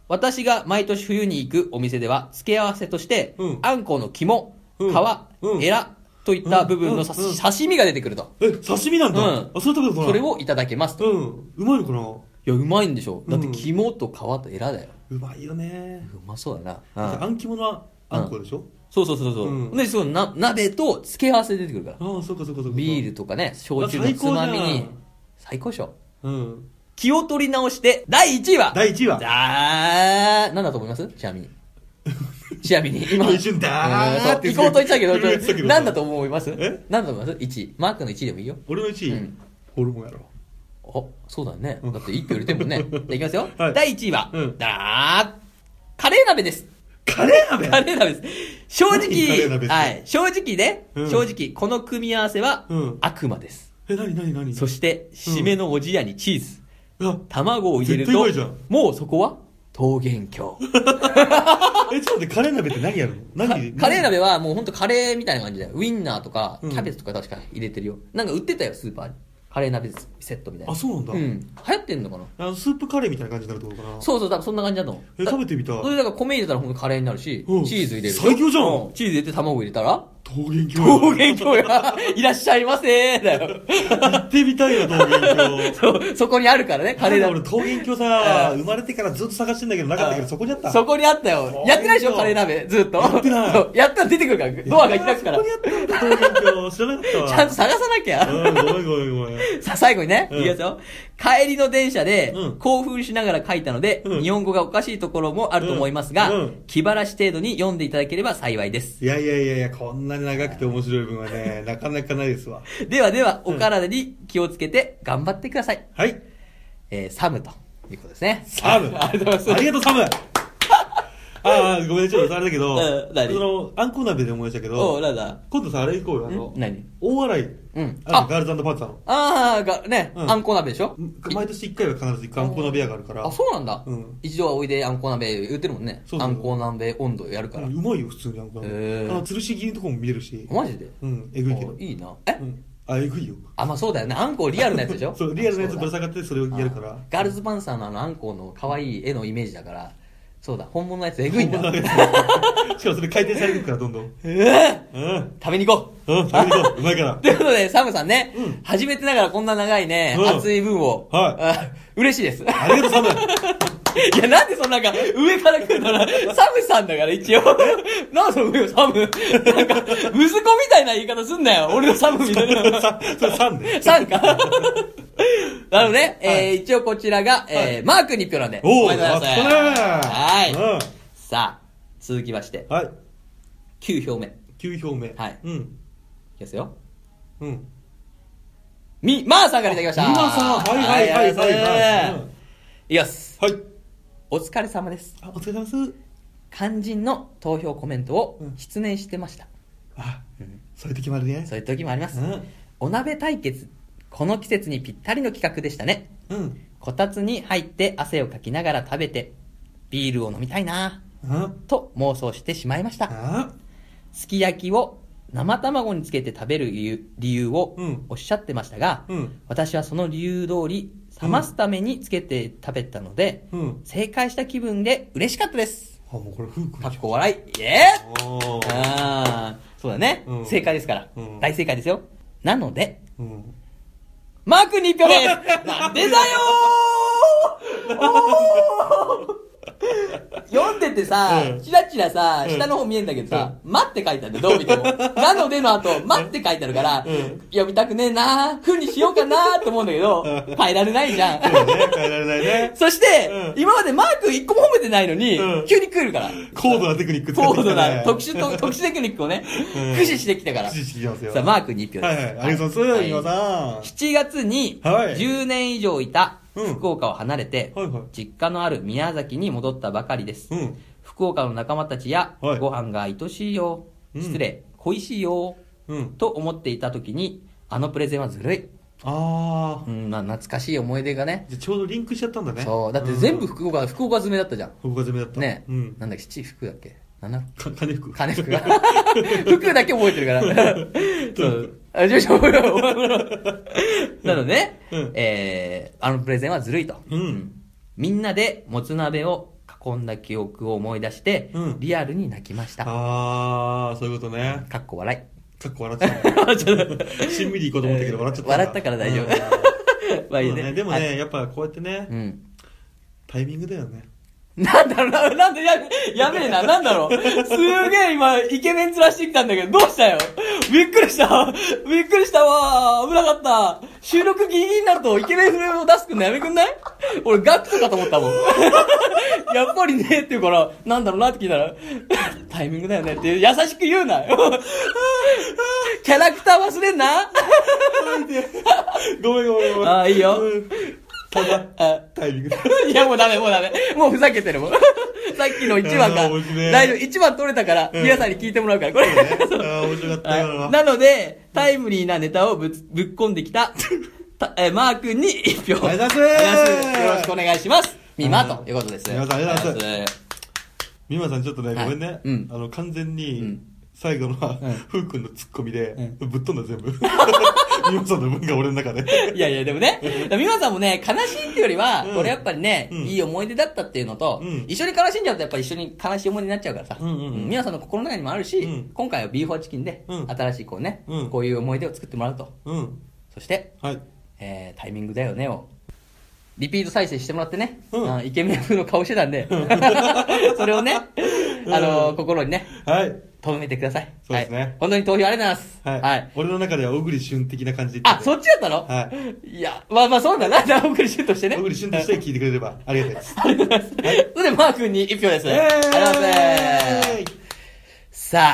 S1: 私が毎年冬に行くお店では、付け合わせとして、
S2: うん
S1: あんこうの肝、
S2: うん
S1: 皮、
S2: うん
S1: エラといった部分のさ
S2: うんうんうん
S1: 刺身が出てくると。
S2: え、刺身なんだ。
S1: うん
S2: あ、それ食べたことない。
S1: それをいただけますと。い
S2: うん。うまいのかな
S1: や、うまいんでしょ。だって
S2: うん
S1: 肝と皮とエラだよ。
S2: うまいよね。
S1: うまそうだな。うん
S2: あん肝のあんこでしょ
S1: そうそうそうそう。
S2: うん
S1: で、そのな鍋と付け合わせで出てくるから。
S2: ああ、そうかそうかそうか。
S1: ビール
S2: ル。
S1: とかね、焼酎のつまみ
S2: あ最高じゃ
S1: に
S2: ん。
S1: 最高でしょ。
S2: うん。
S1: 気を取り直して、第1位は
S2: 第1位は。
S1: だー、なんだと思いますちなみに。ちなみに、 今。
S2: 一瞬だ
S1: う
S2: ー
S1: んそう
S2: って
S1: 行こうと言ってたけど、
S2: 言ってたけど
S1: 何だと思います
S2: え
S1: 何だと思います ?1 位。マークの1位でもいいよ。
S2: 俺の1
S1: う
S2: 位
S1: ん、
S2: ホルモンやろ。
S1: あ、そうだね。
S2: うん
S1: だって1票入れてるも んね。じゃあいきますよ。
S2: はい
S1: 第1位は、
S2: うん
S1: だー、カレー鍋です。
S2: カレ
S1: カ
S2: ー鍋
S1: レー鍋です。正
S2: 何カレー鍋
S1: 直、
S2: って
S1: はい。正直ね、
S2: うん
S1: 正直、この組み合わせは
S2: うん、
S1: 悪魔です。
S2: え、なになになに
S1: そして、締めのおじやにチーズ。
S2: あ、
S1: 卵を入れる
S2: 絶対
S1: と
S2: うまいじゃん、
S1: もうそこは、桃源郷。
S2: え、ちょっと待って、カレー鍋って何やるの
S1: か
S2: 何
S1: カレー鍋はもうほんとカレーみたいな感じだよ。ウインナーとか、
S2: う
S1: キ
S2: ん
S1: ャベツとか確か入れてるよ。なんか売ってたよ、スーパーに。カレー鍋セットみたいな。
S2: あ、そうなんだ。
S1: うん。流行ってんのかな
S2: あのスープカレーみたいな感じになるってことかな
S1: そうそう、多分そんな感じだと思う。
S2: え
S1: だ
S2: 食べてみたい
S1: それだから米入れたらほんとカレーになるし、
S2: うん
S1: チーズ入れる。
S2: 最強じゃん
S1: うチーズ入れて卵入れたら、
S2: 桃源郷
S1: 桃源郷が、 いらっしゃいませーだよ。
S2: 行ってみたいな桃源郷
S1: そう、そこにあるからね、カレー
S2: なんだ
S1: 鍋。
S2: 俺桃源郷さ
S1: う
S2: 生まれてからずっと探してんだけどなかったけどそこにあった
S1: そこにあったよ。やってないでしょ、カレー鍋、ずっと。や
S2: ってない
S1: やったら出てくるから、ドアが開くから。
S2: そこにあったんだ桃源郷知らなかったわ
S1: ちゃんと探さなきゃ。
S2: うんごめんごめんごめん
S1: さあ、最後にね、
S2: うん
S1: いきますよ。帰りの電車で
S2: うん、
S1: 興奮しながら書いたので、
S2: うん
S1: 日本語がおかしいところもあると思いますが、
S2: うんうん
S1: 気晴らし程度に読んでいただければ幸いです。
S2: いやいやいやいやこんなに長くて面白い分はねなかなかないですわ
S1: ではでは、お体に気をつけて頑張ってください。
S2: はい
S1: えー、サムということですね。
S2: サム
S1: ありがとうござい
S2: あ
S1: ます。
S2: りがと うサムああごめんちょっとあれだけど
S1: うん何
S2: そのあんこ鍋で思い出したけ
S1: おう、
S2: ど
S1: なんだ。
S2: 今度さあれ行こうよあの
S1: ん何
S2: 大洗
S1: うん。
S2: あの
S1: あ、
S2: ガールズパンツァーの
S1: あーが、ね、
S2: うん
S1: あんこ鍋でしょ
S2: 毎年1回は必ず一回あんこ鍋屋があるから
S1: あ、そうなんだ。
S2: うん
S1: 一度はおいであんこ鍋言ってるもんね。
S2: そうそ
S1: あ
S2: うそうん
S1: こ鍋温度やるから
S2: う。まいよ普通にあんこ鍋、
S1: へー
S2: あの吊るし切りのとこも見えるし
S1: マジで
S2: うんえぐいけど
S1: あいいな。え
S2: うんあえぐいよ
S1: あ、まあそうだよね。あんこリアルなやつでしょ
S2: そうリアルなやつぶら
S1: が
S2: 下がってそれをやるから
S1: ガールズパンサーのあのあんこうの可愛い絵のイメージだから、そうだ、本物のやつえぐいんだ。
S2: しかもそれ回転されてくからどんどん
S1: ええ
S2: うん
S1: 食べに行こう
S2: うん食べに行こううまいから
S1: という ことで、サムさんね、
S2: うん
S1: 初めてながらこんな長いね、
S2: うん
S1: 熱い分を、
S2: はい
S1: あ嬉しいです。
S2: ありがとうサム
S1: いや、なんでそんなんか、上から来るのな、サムさんだから一応。 なんでその上をサム。なんか、息子みたいな言い方すんなよ。俺のサムみたいな。
S2: さそれサムね
S1: サムか。 なので、ねえー一応こちらが、えーマークに票なんで。
S2: おお
S1: めでとうございますはい。
S2: は
S1: さあ、続きまして
S2: い、はい
S1: 9票目。い
S2: 9票目
S1: はい
S2: うん
S1: きますよ。
S2: うん
S1: み、まー、さんからいただきました。
S2: みまーさんはいはいはいはい
S1: ありがとうございます
S2: うん
S1: いきます。
S2: はい
S1: お疲れ様です。
S2: あお疲れ様です
S1: 肝心の投票コメントを
S2: うん
S1: 失念してました。
S2: あそういう時もあるね
S1: そういう時もあります。
S2: うん
S1: お鍋対決。この季節にぴったりの企画でしたね。
S2: うん
S1: こたつに入って汗をかきながら食べて、ビールを飲みたいな
S2: うん
S1: ぁと妄想してしまいました。
S2: あ
S1: すき焼きを生卵につけて食べる理由理由を
S2: うん
S1: おっしゃってましたが、
S2: うん
S1: 私はその理由通り、冷ますためにつけて食べたので、
S2: うん。
S1: 正解した気分で嬉しかったです。
S2: あ、もうこれ、ふうくん。
S1: かっこ笑い。イエーイ
S2: おー
S1: あーそうだね、
S2: うん
S1: 正解ですから、
S2: うん
S1: 大正解ですよ。なので、
S2: うん。
S1: マークに1票ですなんでだよ ー読んでてさ
S2: うん、
S1: チラチラさ、
S2: うん
S1: 下の方見えんだけどさ、待って書いてあるんだよ、どう見 ても。なのでの後、待って書いてあるから
S2: うん、
S1: 読みたくねえなー、ふにしようかなーと思うんだけど、変えられないじゃん。
S2: そうね、変えられないね。
S1: そして、
S2: うん
S1: 今までマーク一個も褒めてないのに、
S2: うん
S1: 急に来るから。
S2: 高度なテクニック使っ
S1: 高
S2: て
S1: 度
S2: きたね
S1: な特殊と、特殊テクニックをね、
S2: うん
S1: 駆使してきたから。
S2: 駆使してきてますよ
S1: さあ、マークに一票です。
S2: はいはい。ありがとうございます、今
S1: は
S2: さん。
S1: 7月に、
S2: はい
S1: 10年以上いた
S2: うん
S1: 福岡を離れて、
S2: はいはい
S1: 実家のある宮崎に戻ったばかりです。
S2: うん。
S1: 福岡の仲間たちや、
S2: はい
S1: ご飯が愛しいよ、
S2: うん
S1: 失礼、恋しいよ、
S2: うん。
S1: と思っていた時に、あのプレゼンはずるい。
S2: あ
S1: うん、まあ懐かしい思い出がね。
S2: ー。じゃあちょうどリンクしちゃったんだね。
S1: そう、だって全部
S2: うん、
S1: 福岡、福岡詰めだったじゃん。
S2: 福岡攻めだった。
S1: ね、
S2: うん。
S1: なんだっけ、七福だっけ七福
S2: か金服。
S1: 金福が。 福だけ覚えてるから。そう。あ、ちょ、ちょ、お前お前お前なのね、
S2: うん
S1: えー、あのプレゼンはずるいと。
S2: うん
S1: みんなでもつ鍋を囲んだ記憶を思い出して、
S2: うん
S1: リアルに泣きました。か
S2: あー、そういうことね。
S1: っこ笑
S2: かっこ笑っちゃっ
S1: い。ちょっと
S2: た。しんみりいこうと思ったけど笑っちゃったんだ。
S1: 笑ったから大丈夫
S2: うん。
S1: まあいい
S2: そう
S1: ね。
S2: だでも
S1: はい、
S2: ね、やっぱこうやってね
S1: う、ん。
S2: タイミングだよね。
S1: なんだろうな、なんでや、やべえな、なんだろう。すげえ今、イケメンずらしてきたんだけど、どうしたよびっくりした。びっくりしたわ。危なかった。収録ギリギリになると、イケメンフレームを出すくんのやめくんない俺、ガクトかと思ったもん。 やっぱりね、って言うから、なんだろうなって聞いたら、タイミングだよねって、優しく言うな。キャラクター忘れんな。
S2: ごめんごめんごめん。
S1: あーいいよ
S2: うん。ただ、
S1: あ
S2: タイミン グだ。
S1: いや、もうダメ、もうダメ。もうふざけてるもん。さ っきの1番
S2: あ
S1: が
S2: ー面白、い
S1: 大丈夫、1番取れたから、
S2: うん
S1: 皆さんに聞いてもらうから、これ。
S2: あー面白かったよ。
S1: はいなので、タイムリーなネタをぶつぶっこんでき た、たえーマー君に1票。
S2: ありがと
S1: お
S2: うございます
S1: 願いしますよろしくお願いします。みま
S2: あー
S1: ということです。
S2: 皆さんありがとうござ
S1: います。
S2: 美馬さんちょっとね、
S1: はい
S2: ごめんね、
S1: うん
S2: あの完全
S1: う
S2: に
S1: ん
S2: 最後のは、
S1: うん
S2: ふうくんのツッコミで、
S1: う
S2: ぶっ飛んだ全部 美馬さんの分が俺の中で
S1: いやいや、でもね、美和さんもね、悲しいっていうよりは、
S2: うん
S1: これやっぱりね、
S2: うん
S1: いい思い出だったっていうのと
S2: うん、
S1: 一緒に悲しんじゃうとやっぱり一緒に悲しい思い出になっちゃうからさ、
S2: うんうんうん
S1: 美和さんの心の中にもある
S2: うん
S1: し、今回は B4 チキンで
S2: う、ん
S1: 新しいこうね
S2: うん、
S1: こういう思い出を作ってもらうと。
S2: うん
S1: そして、
S2: はい
S1: えータイミングだよねを、リピート再生してもらってね、
S2: うん
S1: あイケメン風の顔してたんで、 それをね、あのー心にね、
S2: はい
S1: 留めてください。
S2: そうですね
S1: はい本当に投票ありがとうござ
S2: はい
S1: ます。
S2: い、
S1: はい。
S2: 俺の中では小栗旬的な感じで言
S1: あ
S2: っ、て
S1: そっちだったの。
S2: はい
S1: や、まあまあそうだな、 じゃあ、送りシュートして
S2: て
S1: ね。
S2: 小栗旬として聞いてくれればありがたいです
S1: ありがとうございます。それで、マー君に1票です。ありがとうございま
S2: イエーイ
S1: す。さ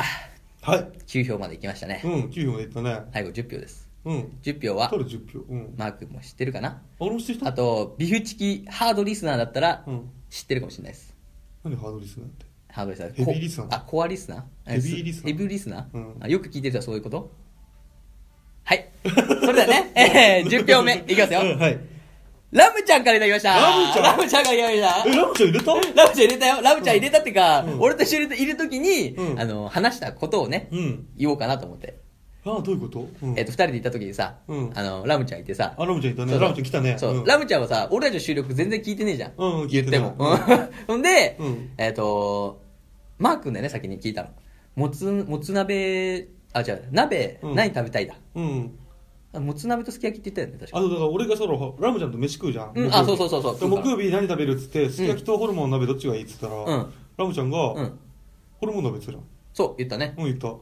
S1: あ、
S2: はい
S1: 9票までいきましたね。
S2: うん9票までいったね
S1: 最後10票です。
S2: うん
S1: 10票は、
S2: 取る10票うん
S1: マー君も知ってるかな
S2: 俺もしてき
S1: あ
S2: た
S1: と、ビフチキハードリスナーだったら
S2: うん、
S1: 知ってるかもしれないです。
S2: なんでハードリスなんて
S1: ハードリスナー。
S2: ヘビーリスナー
S1: こあ、コアリスナー
S2: ヘビーリスナー
S1: ヘビーリスナー
S2: うん
S1: あよく聞いてる人はそういうことはい。それでは ね、えー、10票目、いきますよ。
S2: うんはい
S1: ラムちゃんからいただきました。
S2: ラムちゃん
S1: ラムちゃんからいただきま
S2: え
S1: し
S2: ラムちゃん入れた
S1: た。ラムちゃん入れたよ。ラムちゃん入れたってか、
S2: うん
S1: 俺と一緒にいるときに、
S2: うん
S1: あの、話したことをね、
S2: うん
S1: 言おうかなと思って。
S2: あどういうこと、うん
S1: えっ、と、二人でいたときにさ、
S2: うん
S1: あの、ラムちゃんいてさ、
S2: あラムちゃんいたね
S1: そうそう
S2: ラムちゃん来たね
S1: そう、
S2: ん
S1: ラムちゃんはさ、俺らの収録全然聞いてねえじゃん。
S2: うん聞
S1: 言
S2: い
S1: ってて
S2: ない
S1: も。うんほんで、
S2: うん
S1: えっ、と、マー君だよね、先に聞いたの。もつ、もつ鍋、あ、違う、鍋、
S2: うん
S1: 何食べたいだ。
S2: うん
S1: あもつ鍋とすき焼きって言ったよね、確
S2: あ
S1: か。
S2: とだから俺がそのラムちゃんと飯食うじゃん、
S1: うん
S2: 木曜日
S1: あそうそうそうそう
S2: で木曜日何食べるっつってすき焼きとホルモン鍋どっちがいいっつったら、
S1: うん
S2: ラムちゃんが、
S1: うん。
S2: ホルモン鍋っつったじゃん
S1: そう、言ったね。
S2: うん言った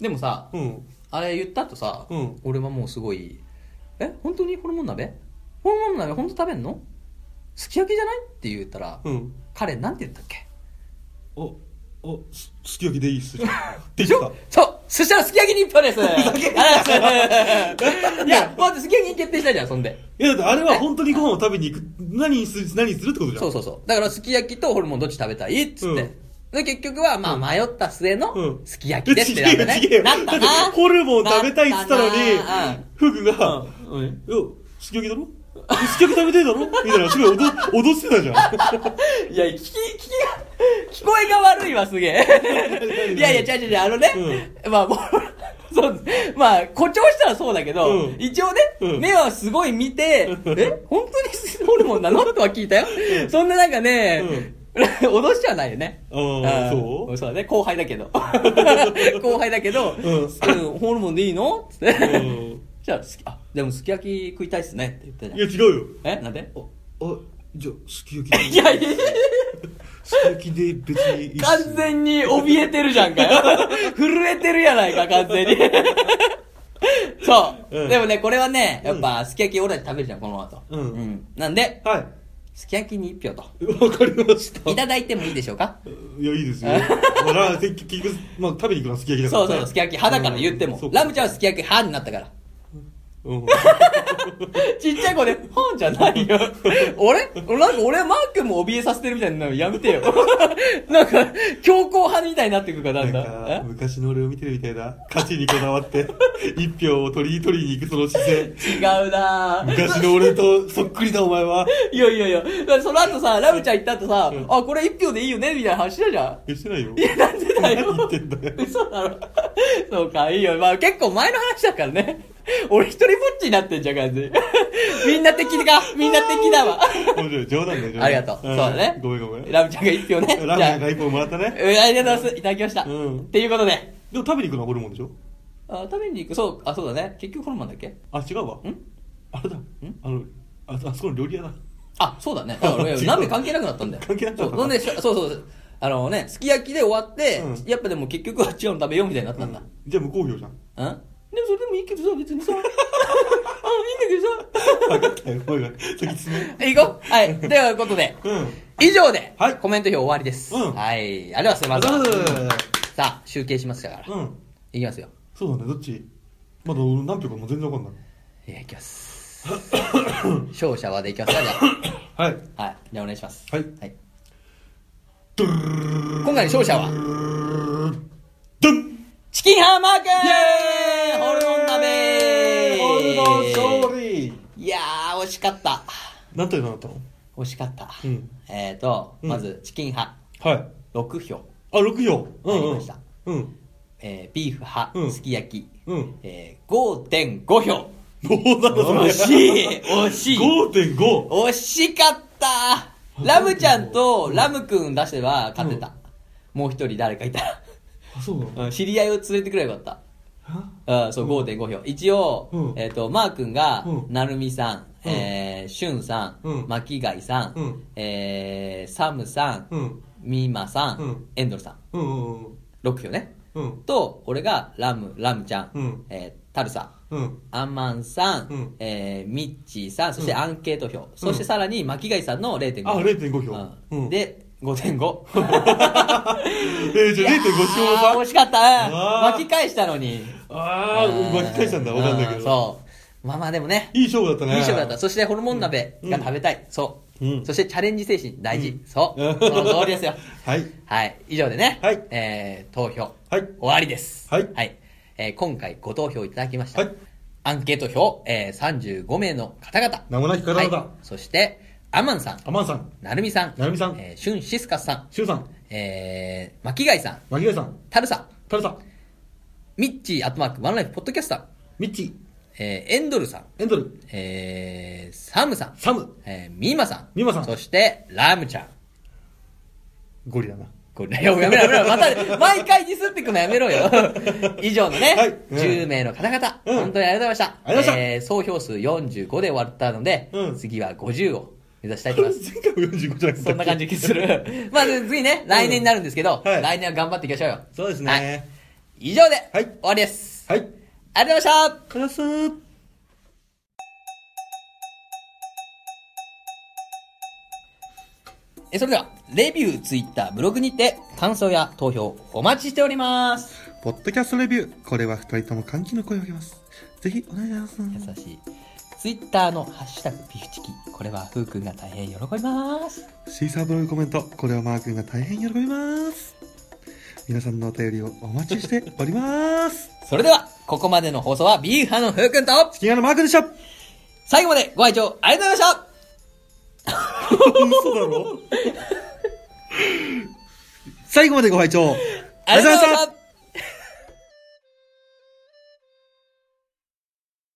S1: でもさ、
S2: うん
S1: あれ言った後さ、
S2: うん
S1: 俺はもうすごいえ本当にホルモン鍋ホルモン鍋本当食べんのすき焼きじゃないって言ったら、
S2: うん
S1: 彼なんて言ったっけ
S2: おおすすき焼きでいいっすじゃんって
S1: でし
S2: 言っ
S1: ょそうそしたらすき焼きに一票 ですあらいや待ってすき焼きに決定したじゃんそんで
S2: たいやだってあれは本当にご飯を食べに行く何にする何にするってことじゃん
S1: そうそうそうだからすき焼きとホルモンどっち食べたいっつって、
S2: うん
S1: で結局はまあ迷った末の
S2: うん
S1: すき焼きですってなった
S2: 違う違
S1: ね
S2: う
S1: なったな
S2: だってホルモン食べたいっつった
S1: な
S2: のに
S1: ったなうん
S2: ふうくんが
S1: うん
S2: 「いやすき焼きだろえすき焼き食べたいだろ?」みた いなすごい脅脅してたじゃ
S1: い
S2: ん
S1: や、聞き、聞きが、聞こえが悪いわ、すげえ。いやいや、違う違う違う、あのね、まあ、もう、 そうまあ、誇張したらそうだけど、
S2: うん
S1: 一応ね、
S2: うん
S1: 目はすごい見て、え本当にスホルモンなのとは聞いたよ。そんななんかね、脅しちゃないよね。
S2: あーそう
S1: うんそうだね。後輩だけど。後輩だけど、
S2: う
S1: うんホルモンでいいのつって。
S2: うん
S1: じゃあ、好き、あ、でもすき焼き食いたいっすねって言ってた
S2: い
S1: じ
S2: や違うよ
S1: ゃん。えなんで
S2: ああじゃあすき焼
S1: い
S2: き
S1: やいや、
S2: すき焼きで別にいいっす
S1: 完全に怯えてるじゃんかよ。 震えてるやないか、完全に。そう、
S2: うん
S1: でもね、これはね、
S2: う
S1: や
S2: ん
S1: っぱ、すき焼き俺たち食べるじゃん、この後。
S2: うん
S1: なんで、
S2: は
S1: すき焼きに一票と。
S2: いわかりました
S1: いただいてもいいでしょうか
S2: いやいいですよまあラーメン結局まあ食べに行くのはすき焼きだか
S1: そ
S2: ら
S1: うそう、すき焼き派だから言っても
S2: うんそ。うか
S1: ラムちゃんはすき焼き派になったから。
S2: うん
S1: ちっちゃい子で、はんじゃない よ。俺なんか俺、マー君も怯えさせてるみたいなのやめて よ。なんか、強硬派みたいになってくから、だんだん。
S2: な
S1: え
S2: んか昔の俺を見てるみたいな勝ちにこだわって一票を取り取りに行くその姿勢
S1: 違うなぁ。
S2: 昔の俺とそっくりだお前はい
S1: やいやいや、だからその後さ、ラムちゃん行った後さ、
S2: うん
S1: あ、これ一票でいいよねみたいな話したじゃん。
S2: えしてないよ
S1: いや、なん でだよ
S2: 何。言ってんだよ
S1: 嘘だろ。そうか、いいよ。まあ結構前の話だからね。俺一人ぼっちにな ってんじゃん、感じ。みんな敵か、みんな敵だわ。
S2: 面白い冗談だよ冗談
S1: ありがとう。そうだね
S2: ん。ごめんごめん
S1: ラムちゃんが一票ね。
S2: ラーメンが一本もらったね
S1: うんありがとうございます。いただきました。
S2: うん
S1: っていうことで。
S2: でも食べに行くのはホルモンでしょ
S1: あ、食べに行く。そう、あ、そうだね。結局ホルモンだっけ
S2: あ違うわ
S1: ん
S2: あれだあのああそこの料理屋だ
S1: あ、そうだね。だから
S2: 違う
S1: 鍋関係なくなったんだよ。
S2: 関係なく
S1: そ
S2: なっ
S1: う
S2: た
S1: ほんでしょそうそうそう。あのね、すき焼きで終わって、
S2: うん
S1: やっぱでも結局は違うの食べようみたいになったんだ。
S2: うんじゃあ無好評じゃん
S1: うん、でもそれでもいいけどさ、別に さ。あ、いいんだけ
S2: 分かったよおいおい先進め
S1: どさ。行こう。はい。ということで、
S2: うん
S1: 以上で、
S2: はい
S1: コメント表終わりです。
S2: うん
S1: はい。ありがとうございます。さあ、集計しますから。
S2: う
S1: い
S2: ん
S1: きますよ。
S2: そうだねどっちまだ俺何票かもう全然わかんない
S1: いや、いき ます。勝者はでいきますか、じゃ
S2: はい
S1: あ。はい。じゃあお願いします。
S2: はい
S1: はい、
S2: ドゥル
S1: 今回の勝者は、
S2: ドゥン
S1: チキンハンマー君ホルモン
S2: ホルモン
S1: 鍋
S2: 勝利
S1: いやー、惜しかった。
S2: 何点なったの
S1: 惜しかった。
S2: うん
S1: えーと、
S2: うん
S1: まず、チキン派、
S2: はい
S1: 6票。
S2: あ6票うん
S1: 入り
S2: う
S1: ま
S2: ん
S1: した
S2: うん
S1: えー、ビーフ派、
S2: うん
S1: すき焼き。
S2: うん
S1: えー、5.5票。
S2: どうなんだそれ
S1: 惜しい惜しい
S2: 5.5
S1: 惜しかったラムちゃんとラムくん出せば勝てた。もう一人誰かいたら。
S2: あそうなの
S1: うん知り合いを連れてくればよかっ
S2: あ
S1: た。うん、そう、5.5票。一応、
S2: うん
S1: えっ、と、マー君が、
S2: うん
S1: なるみさん、
S2: うん
S1: えー、しゅんさん、
S2: うん
S1: 巻貝さん、
S2: うん
S1: えー、サムさん、
S2: うん
S1: ミーマさん、
S2: うん
S1: エンドルさん。
S2: うんうん
S1: 6票ね。
S2: うん
S1: と、俺が、ラム、ラムちゃん、
S2: うん
S1: えー、タルさん、
S2: うん
S1: アンマンさん、
S2: うん
S1: えーミッチーさん、そして
S2: うん
S1: アンケート票、そしてさらに巻貝さんの0.5票。
S2: あ0.5票
S1: うん
S2: うん
S1: で、5.5。
S2: えーじゃ
S1: あ
S2: あ0.5票
S1: ー
S2: 差
S1: 惜しかったね
S2: あー
S1: 巻き返したのに。
S2: あー巻き返したんだわかんないけ
S1: う
S2: ど
S1: そう。まあまあでもね、
S2: いい勝負だった
S1: いい
S2: ね
S1: 勝負だった。そしてホルモン鍋が食べたい。そう、
S2: うん
S1: そしてチャレンジ精神大事。
S2: うん
S1: そう。
S2: うん
S1: その通りですよ。
S2: はい
S1: はい。以上でね、
S2: はい
S1: えー、投票
S2: はい
S1: 終わりです。
S2: はい
S1: えー今回ご投票いただきました。
S2: はい
S1: アンケート票、えー、35名の方々。
S2: 名もなき方々
S1: はいそして、アマンさん、
S2: アマンさん
S1: なるみさん、
S2: なるみさん
S1: えー、シュンシスカスさん、
S2: シュウさん
S1: えー、巻貝さん、
S2: 巻貝さん
S1: タルさん、
S2: タルさん
S1: ミッチー、アットマーク、ワンライフ、ポッドキャスター、
S2: ミッチー
S1: えー、エンドルさん、
S2: エンドル
S1: えー、サムさん、
S2: サム
S1: えー、ミーマさん、
S2: ミーマさん
S1: そして、ラムちゃん。
S2: ゴリラな
S1: これ、いややめろやめろ、また、毎回ディスってくのやめろよ。以上のね、
S2: はいうん
S1: 10名の方々、
S2: うん
S1: 本当にありがとうございました。
S2: ありがとうござ
S1: えー、総票数45で終わったので、
S2: うん
S1: 次は50を目指したいと
S2: 前
S1: 思います。
S2: 回も45じゃなかった
S1: そんな感じする。まあ、次ね、来年になるんですけど、
S2: はい
S1: 来年は頑張っていきましょうよ。
S2: そうです
S1: はい
S2: ね
S1: 以上で、
S2: はい
S1: 終わりです。
S2: はい
S1: ありがとうございました
S2: カラスー
S1: えそれでは、レビュー、ツイッター、ブログにて、感想や投票、お待ちしております。
S2: ポッドキャストレビューこれは二人とも歓喜の声を上げますぜひお願いします
S1: 優しい。ツイッターのハッシュタグ、ビフチキ。これは、ふうくんが大変喜びます。
S2: シーサーブログコメント、これはマー君が大変喜びます。皆さんのお便りをお待ちしており ます。
S1: それでは、ここまでの放送は、ビーフ派のふうくんと、
S2: 月夜のマー君でした。
S1: 最後までご愛聴ありがとうございました
S2: 嘘だ ろ最後までご拝聴
S1: ありがとうございました